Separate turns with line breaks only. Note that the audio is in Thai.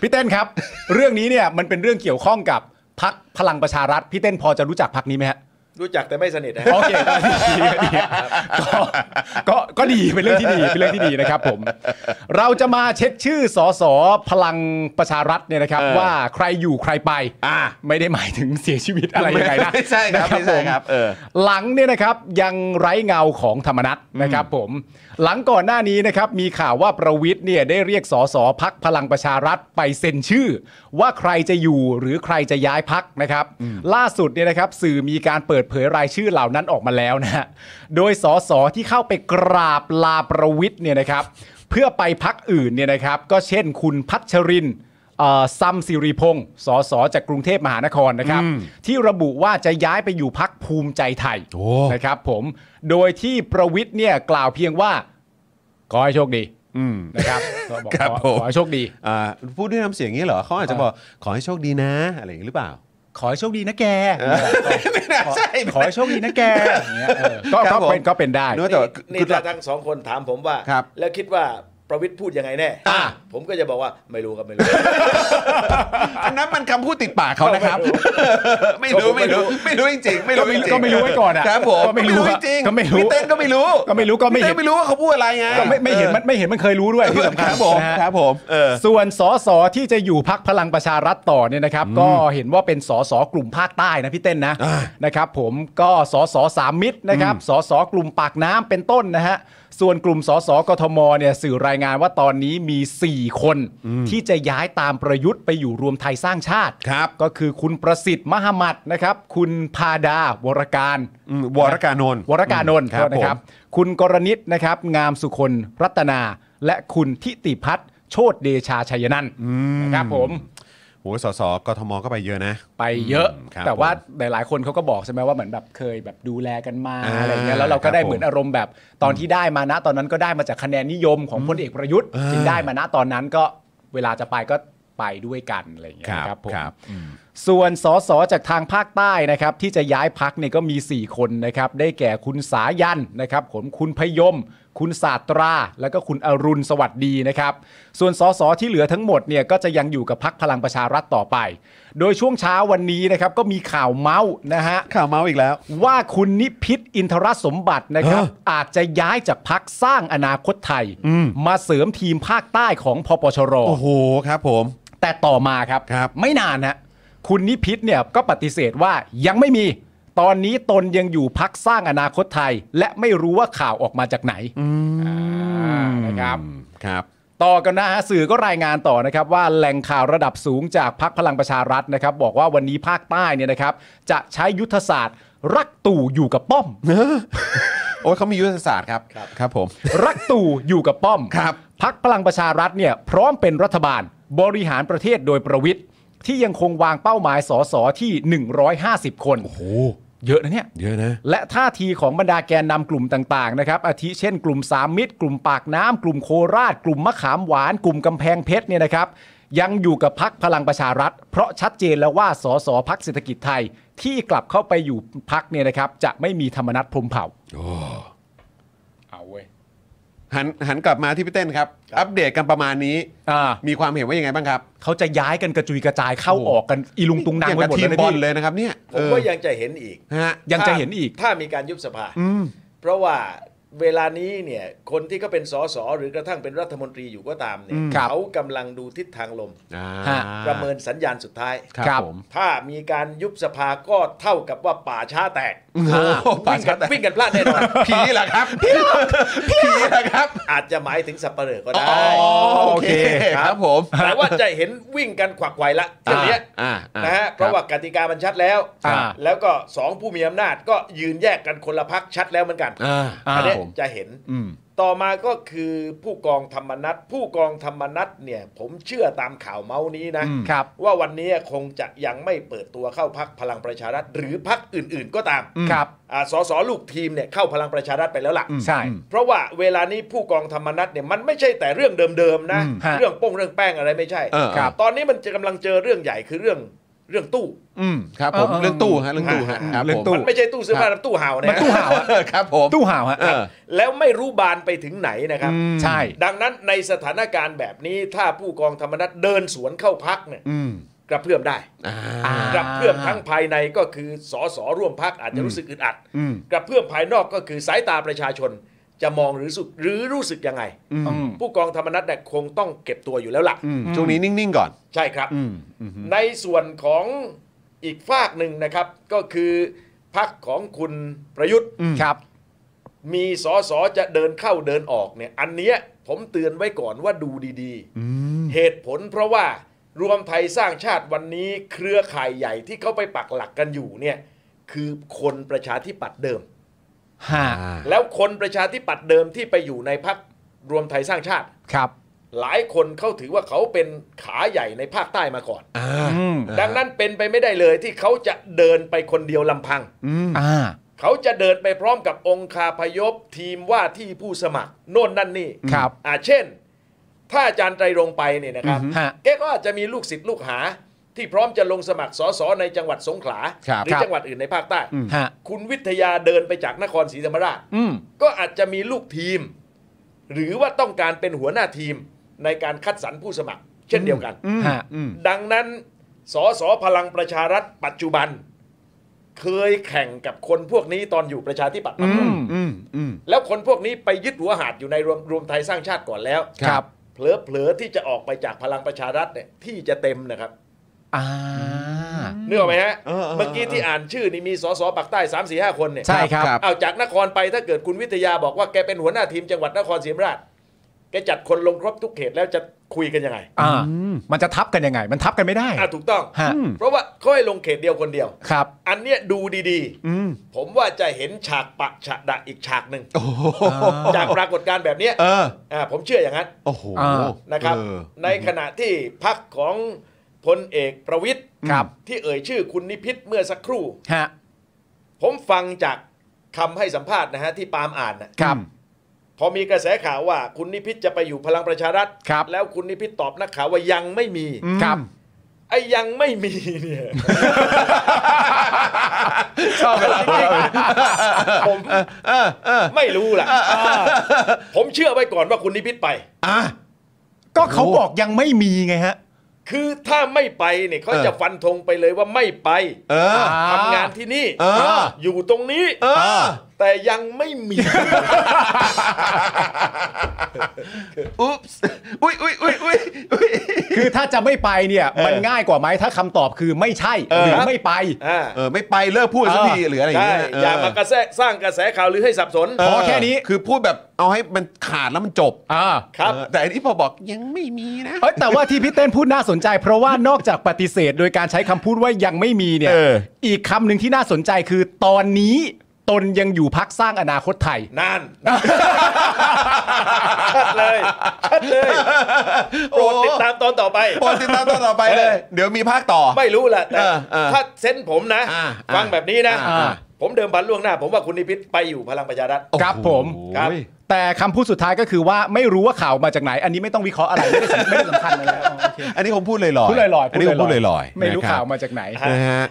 พี่เต้นครับ เรื่องนี้เนี่ยมันเป็นเรื่องเกี่ยวข้องกับพักพลังประชารัฐพี่เต้นพอจะรู้จักพักนี้ไหมฮะ
รู้จักแต่ไม่สนิทนะ
โอเค ก็ดีดีก็ก็ก็ดีเป็นเรื่องที่ดีเป็นเรื่องที่ดีนะครับผมเราจะมาเช็คชื่อสสพลังประชารัฐเนี่ยนะครับ
เออ
ว่าใครอยู่ใครไป
อ่า
ไม่ได้หมายถึงเสียชีวิตอะไรยังไงนะ
ไม่ใช่ครับ
นะ
ไม่ใช่ครับ
ผม
เออ
หลังเนี่ยนะครับยังไร้เงาของธรรมนัตนะครับผม หลังก่อนหน้านี้นะครับมีข่าวว่าประวิทย์เนี่ยได้เรียกสสพักพลังประชารัฐไปเซ็นชื่อ ว่าใครจะอยู่หรือใครจะย้ายพักนะครับ ล่าสุดเนี่ยนะครับสื่อมีการเปิดเผยรายชื่อเหล่านั้นออกมาแล้วนะฮะโดยสสที่เข้าไปกราบลาประวิทย์เนี่ยนะครับ เพื่อไปพักอื่นเนี่ยนะครับ ก็เช่นคุณพัชรินทร์ เอ่อซัมสิริพงศ์สสจากกรุงเทพมหานครนะครับ ที่ระบุว่าจะย้ายไปอยู่พักภูมิใจไทย
โอ้
นะครับผมโดยที่ประวิทย์เนี่ยกล่าวเพียงว่า ขอให้โชคดี
อืม
นะครับก็บอก
ครับ
ขอ
ผม
ขอให้โชคดี
อ่าพูดด้วยน้ำเสียงอย่างนี้เหรอเขาอาจจะบอกขอให้โชคดีนะ อะไรอย่างนี้หรือเปล่า
ขอให้โชคดีนะแก
ไม่น่าใช่
ขอให้โชคดีนะแกอย่างเงี้ยเออก็
ครั
ก็
บผม
เป็นก็เป็นได้
เนื้อแต่ว่า
นี่
คือ
ถ้าทั้งสองคนถามผมว่า
ครับ
แล้วคิดว่าประวิทย์พูดยังไงแน่
อ่า
ผมก็จะบอกว่าไม่รู้ครับไม่รู้
อันนั้นมันคำพูดติดปากเขานะครับ ไม่รู้ไม่รู้ไม่รู้จริงๆไม่รู้จริงๆ
ก็ไม่รู้ไว้ก่อนอะ
ครับผม
ก็ไม่รู้อะ
จริงๆ
ก็ไม่รู้
พี่เต้นก็ไม่รู้
ก็ไม่รู้ก็ไม่เห็น
พี่เต้นไม่รู้ว่าเขาพูดอะไรไง
ก็ไม่ไม่เห็นมันไม่เห็นมันเคยรู้ด้วยที่สำคัญ
ครับผม
นะฮะ
ครับผมเออ
ส่วนสสที่จะอยู่พักพลังประชารัฐต่อเนี่ยนะครับ ก็เห็นว่าเป็นสสกลุ่มภาคใต้นะพี่เต้นนะ
อ่า
นะครับ ผมก็สสสามมิตรนะครับสสกลุ่มปากน้ำเป็นต้นนะฮะส่วนกลุ่มสสกทมเนี่ยสื่อรายงานว่าตอนนี้มี 4 คน ที่จะย้ายตามประยุทธ์ไปอยู่รวมไทยสร้างชาติ
ครับ
ก็คือคุณประสิทธิ์มหมัดนะครับ คุณพาดาวรการ
อืมวรการนนท์
วรการนนท์
ครับผม
นะครับ คุณกรณิตนะครับ งามสุคนรัตนา และคุณทิติพัฒน์โชตเดชาชัยนันท์นะครับผม
โหสสกทมก็ไปเยอะนะ
ไปเยอะ
อืมครับ
แต่ว่าหลายๆคนเขาก็บอกใช่ไหมว่าเหมือนแบบเคยแบบดูแลกันมา
อ่า
อะไรเงี้ยแล้วเราก็ได้
ครับผม
เหมือนอารมณ์แบบตอนที่ได้มานะ ตอนนั้นก็ได้มาจากคะแนนนิยมของพลเอกประยุทธ์
อ่า
จึงได้มานะตอนนั้นก็เวลาจะไปก็ไปด้วยกันอะไรอย่างเงี้ย
ค
นะครั
รับ
บผม
ครับ
ส่วนสสจากทางภาคใต้นะครับที่จะย้ายพักเนี่ยก็มี 4 คนนะครับได้แก่คุณสายันนะครับผมคุณพยม คุณศาสตรา แล้วก็คุณอรุณสวัสดีนะครับส่วนสสที่เหลือทั้งหมดเนี่ยก็จะยังอยู่กับพักพลังประชารัฐต่อไป โดยช่วงเช้าวันนี้นะครับก็มีข่าวเมาส์นะฮะ
ข่าวเมาส์อีกแล้ว
ว่าคุณนิพิษอินทรสมบัตินะครับ
ฮะ
อาจจะย้ายจากพักสร้างอนาคตไทย
อืม
มาเสริมทีมภาคใต้ของพปชร
โอ้โหครับผม
แต่ต่อมาครับ
ครับ
ไม่นานฮะคุณนิพิษเนี่ยก็ปฏิเสธว่ายังไม่มี ตอนนี้ตนยังอยู่พักสร้างอนาคตไทย และไม่รู้ว่าข่าวออกมาจากไหนอ่านะครับ
ครับ
ต่อกันนะฮะสื่อก็รายงานต่อนะครับว่าแหล่งข่าวระดับสูงจากพักพลังประชารัฐนะครับ บอกว่าวันนี้ภาคใต้เนี่ยนะครับ จะใช้ยุทธศาสตร์ รักตู่อยู่กับป้อม
โอ้ยเขามียุทธศาสตร์ครับ ครับผม
รักตู่อยู่กับป้อม
ครับ
พักพลังประชารัฐเนี่ยพร้อมเป็นรัฐบาล บริหารประเทศโดยประวิทย์ที่ยังคงวางเป้าหมายสสที่ 150 คน
โห
เยอะนะเนี่ย
เยอะนะ
และท่าทีของบรรดาแกนนำกลุ่มต่างๆนะครับอาทิเช่นกลุ่มสามมิตร กลุ่มปากน้ำกลุ่มโคราช กลุ่มมะขามหวาน กลุ่มกำแพงเพชรเนี่ยนะครับ ยังอยู่กับพักพลังประชารัฐ เพราะชัดเจนแล้วว่าสสพักเศรษฐกิจไทยที่กลับเข้าไปอยู่พักเนี่ยนะครับ จะไม่มีธรรมนัตพรหมเผ่าเอาเว้ย
หันหันกลับมาที่พี่เต้นครับ อัปเดตกันประมาณนี้
อ่า
มีความเห็นว่ายังไงบ้างครับ
เขาจะย้ายกันกระจุยกระจายเข้าออกกันอีลุงตุงนาง
อย่าง
ไป
กับ
หมด
ที
เลย
ม
นะ
บ
พี่
อลเลยนะครับเนี่ย
ผม
เออ
ก็ยังจะเห็นอีก
ฮะ
ยังจะเห็นอีก
ถ้ามีการยุบสภา
อืม
เพราะว่าเวลานี้เนี่ยคนที่ก็เป็นสสหรือกระทั่งเป็นรัฐมนตรีอยู่ก็ตามเนี่ย
ครับ
เขากำลังดูทิศทางลม
อ่า
ฮะ
ประเมินสัญญาณสุดท้าย
ครับ
ครับ
ผม
ถ้ามีการยุบสภาก็เท่ากับว่าป่าช้าแตก
โอ้โหป่า
วิ่ง
ช้า
กัน
แตก
วิ่งกันพลาดแน่นอน
ผีเหรอครับผีเหรอครับ
อาจจะหมายถึงสับเปลือก็ได้
อ๋อโอเคครับผม
แต่ว่าจะเห็นวิ่งกันขวักไขวละเท่านี้
อ่าอ่
นะฮะเพราะว่ากติกามันชัดแล้ว
อ่า
แล้วก็สองผู้มีอำนาจก็ยืนแยกกันคนละพักชัดแล้วเหมือนกัน
อ่า
อ่า
อันเนี้ย
ผม
จะเห็น
อืม
ต่อมาก็คือผู้กองธรรมนัฐผู้กองธรรมนัฐเนี่ย ผมเชื่อตามข่าวเมาส์นี้นะ
อืม
ครับ
ว่าวันนี้คงจะยังไม่เปิดตัวเข้าพักพลังประชารัฐ หรือพักอื่นๆก็ตาม
ครับ
อ่าสสลูกทีมเนี่ยเข้าพลังประชารัฐไปแล้วล่ะ
ใช่
เพราะว่าเวลานี้ผู้กองธรรมนัฐเนี่ยมันไม่ใช่แต่เรื่องเดิมๆนะ
อืมฮะ
เรื่องโป้งเรื่องแป้งอะไรไม่ใช่
เออ
ครับ
ตอนนี้มันจะกำลังเจอเรื่องใหญ่คือเรื่อง เรื่องตู้
อืมครับผม
เออเออ
เรื่องตู้ฮะเรื่องตู้ฮะ
อ่า
ครับ
เรื่อง
ผม
ตู้
มันไม่ใช่ตู้เสื้อผ้านะตู้เห่านะ
มันตู้ห่าวอะ
ครับผม
ตู้ห่าวฮะ
เออ
แล้วไม่รู้บานไปถึงไหนนะครับ
อืม
ใช่
ดังนั้นในสถานการณ์แบบนี้ถ้าผู้กองธรรมนัฐเดินสวนเข้าพักเนี่ย
อืม
กระเพื่อมได้
อ่า
าก
ระเพื่อมทั้งภายในก็คือสสร่วมพักอาจจะรู้สึกอึดอัด
อืม
กระเพื่อมภายนอกก็คือสายตาประชาชน จะมองหรือสุหรือรู้สึกยังไง
อืม
ผู้กองธรรมนัฐเนี่ยคงต้องเก็บตัวอยู่แล้วล่ะ
อืมช่วงนี้นิ่งๆก่อน
ใช่ครับ
อืมอืม
ในส่วนของอีกฝากหนึ่งนะครับ ก็คือพักของคุณประยุทธ์
ครับ
มีสอสอจะเดินเข้าเดินออกเนี่ยอันเนี้ยผมเตือนไว้ก่อนว่าดูดีๆ เหตุผลเพราะว่ารวมไทยสร้างชาติวันนี้เครือข่ายใหญ่ที่เขาไปปักหลักกันอยู่เนี่ยคือคนประชาธิปัตย์เดิม
ฮะ
แล้วคนประชาธิปัตย์เดิมที่ไปอยู่ในพักรวมไทยสร้างชาติ
ครับ
หลายคนเขาถือว่าเขาเป็นขาใหญ่ในภาคใต้มาก่อน
อ่า
อืม
ดังนั้นเป็นไปไม่ได้เลยที่เขาจะเดินไปคนเดียวลำพัง
อืม
อ่า
เขาจะเดินไปพร้อมกับองคาพยพทีมว่าที่ผู้สมัคร โน่นนั่นนี่
ครับ
อ่าเช่น ถ้าอาจารย์ไตรรงค์ไปเนี่ยนะครับ
ฮะ
แกก็อาจจะมีลูกศิษย์ลูกหา ที่พร้อมจะลงสมัครสสในจังหวัดสงขลา
ครับ
หรือ
ครับ
จังหวัดอื่นในภาคใต้
ฮะ
คุณวิทยาเดินไปจากนครศรีธรรมราช
อืม
ก็อาจจะมีลูกทีม หรือว่าต้องการเป็นหัวหน้าทีมในการคัดสรรผู้สมัคร เช่นเดียวกัน
ฮะ อืม
ดังนั้นสสพลังประชารัฐปัจจุบัน เคยแข่งกับคนพวกนี้ตอนอยู่ประชาธิปัตย์มาก่อ
อื
น
ม
อืมอืม
แล้วคนพวกนี้ไปยึดหัวหาดอยู่ในรวมรวมไทยสร้างชาติก่อนแล้ว
ครับ
เผลอๆที่จะออกไปจากพลังประชารัฐเนี่ยที่จะเต็มนะครับ
อ่า
เนื้ออกไหมฮะ
เออเออเออ
เมื่อกี้ที่อ่านชื่อนี่มีสสปักใต้3 4 5คนเนี่ย
ใช่ครับ
ครับ
เอาจากนครไปถ้าเกิดคุณวิทยาบอกว่าแกเป็นหัวหน้าทีมจังหวัดนครศรีธรรมราชแกจัดคนลงครบทุกเขตแล้วจะคุยกันยังไง
อ่า มันจะทับกันยังไง มันทับกันไม่ได้
อ่ะถูกต้อง
ฮะ
เพราะว่าเขาให้ลงเขตเดียวคนเดียว
ครับ
อันเนี้ยดูดี
อืม
ๆ ผมว่าจะเห็นฉากปะฉะดะอีกฉากหนึ่ง
โอ้โห
จากปรากฏการณ์แบบเนี้ย
เออ
อ่าผมเชื่ออย่างนั้น
โอ้โห
อ่า
นะครับ
เออ
ในขณะที่พักของพลเอกประวิทย์
ครับ
ที่เอ่ยชื่อคุณนิพิษเมื่อสักครู่
ฮะ
ผมฟังจากคำให้สัมภาษณ์นะฮะที่ปาล์มอ่านนะครับ พอมีกระแสข่าวว่าคุณนิพิษจะไปอยู่พลังประชารัฐ
ครับ
แล้วคุณนิพิษตอบนักข่าวว่ายังไม่มี
ครับ
ไอ้ยังไม่มีเนี่ย
ชอบเวลาพูด
ผม
เออเออ
ไม่รู้ล่ะผมเชื่อไว้ก่อนว่าคุณนิพิษไป
อ่ะ
ก็เขาบอกยังไม่มีไงฮะ
คือถ้าไม่ไปเนี่ยเขา
เออ
จะฟันธงไปเลยว่าไม่ไป
เออ
ทำงานที่นี่
เออ
อยู่ตรงนี้
เออ
แต่ยังไม่มี
อุ๊บอุ๊ยอุ๊ยอุ๊ยอุ๊ยอุ๊ย
คือถ้าจะไม่ไปเนี่ย
เออ
มันง่ายกว่าไหมถ้าคำตอบคือไม่ใช่
เออ
หรือไม่ไป
อ่า
เออไม่ไปเลิกพูดสักทีหรืออะไรอย่าง
ใช่
เงี้ย
อย่ามากระแสสร้างกระแสข่าวหรือให้สับสน
เ
ขอแค่นี้
คือพูดแบบเอาให้มันขาดแล้วมันจบ
อ่า
ครับ
เออแต่อันนี้พอบอกยังไม่มีนะ
เอ้ยแต่ว่าที่พี่เต้นพูดน่าสนใจ เพราะว่านอกจากปฏิเสธโดยการใช้คำพูดว่ายังไม่มีเนี่ย
เออ
อีกคำหนึ่งที่น่าสนใจคือตอนนี้ตนยังอยู่พักสร้างอนาคตไทย
นาน ชัดเลยชัดเลยโปรดติดตามตอนต่อไป
โปรดติดตามตอนต่อไปเล
เอ
ย
อ
เดี๋ยวมีภาคต่อ
ไม่รู้แหละแต่
เออเออ
ถ้าเซนส์ผมนะ
อ่า
ฟังแบบนี้นะ
อ่า
ผมเดิมพันล่วงหน้า ผมว่าคุณนิพิษไปอยู่พลังประชารัฐ
โอ้โห
ครับผม
ครับ
แต่คำพูดสุดท้ายก็คือว่าไม่รู้ว่าข่าวมาจากไหน อันนี้ไม่ต้องวิเคราะห์อะไร ไม่ได้สำไม่ได้สำคัญอะไรแล้วอ๋อโอเค
อันนี้ผมพูดลอยๆ
พูดลอยๆ
อันนี้ผมพูดลอยๆ
ไม่รู้
นะคบ
ข่าวมาจากไหน
นะฮะ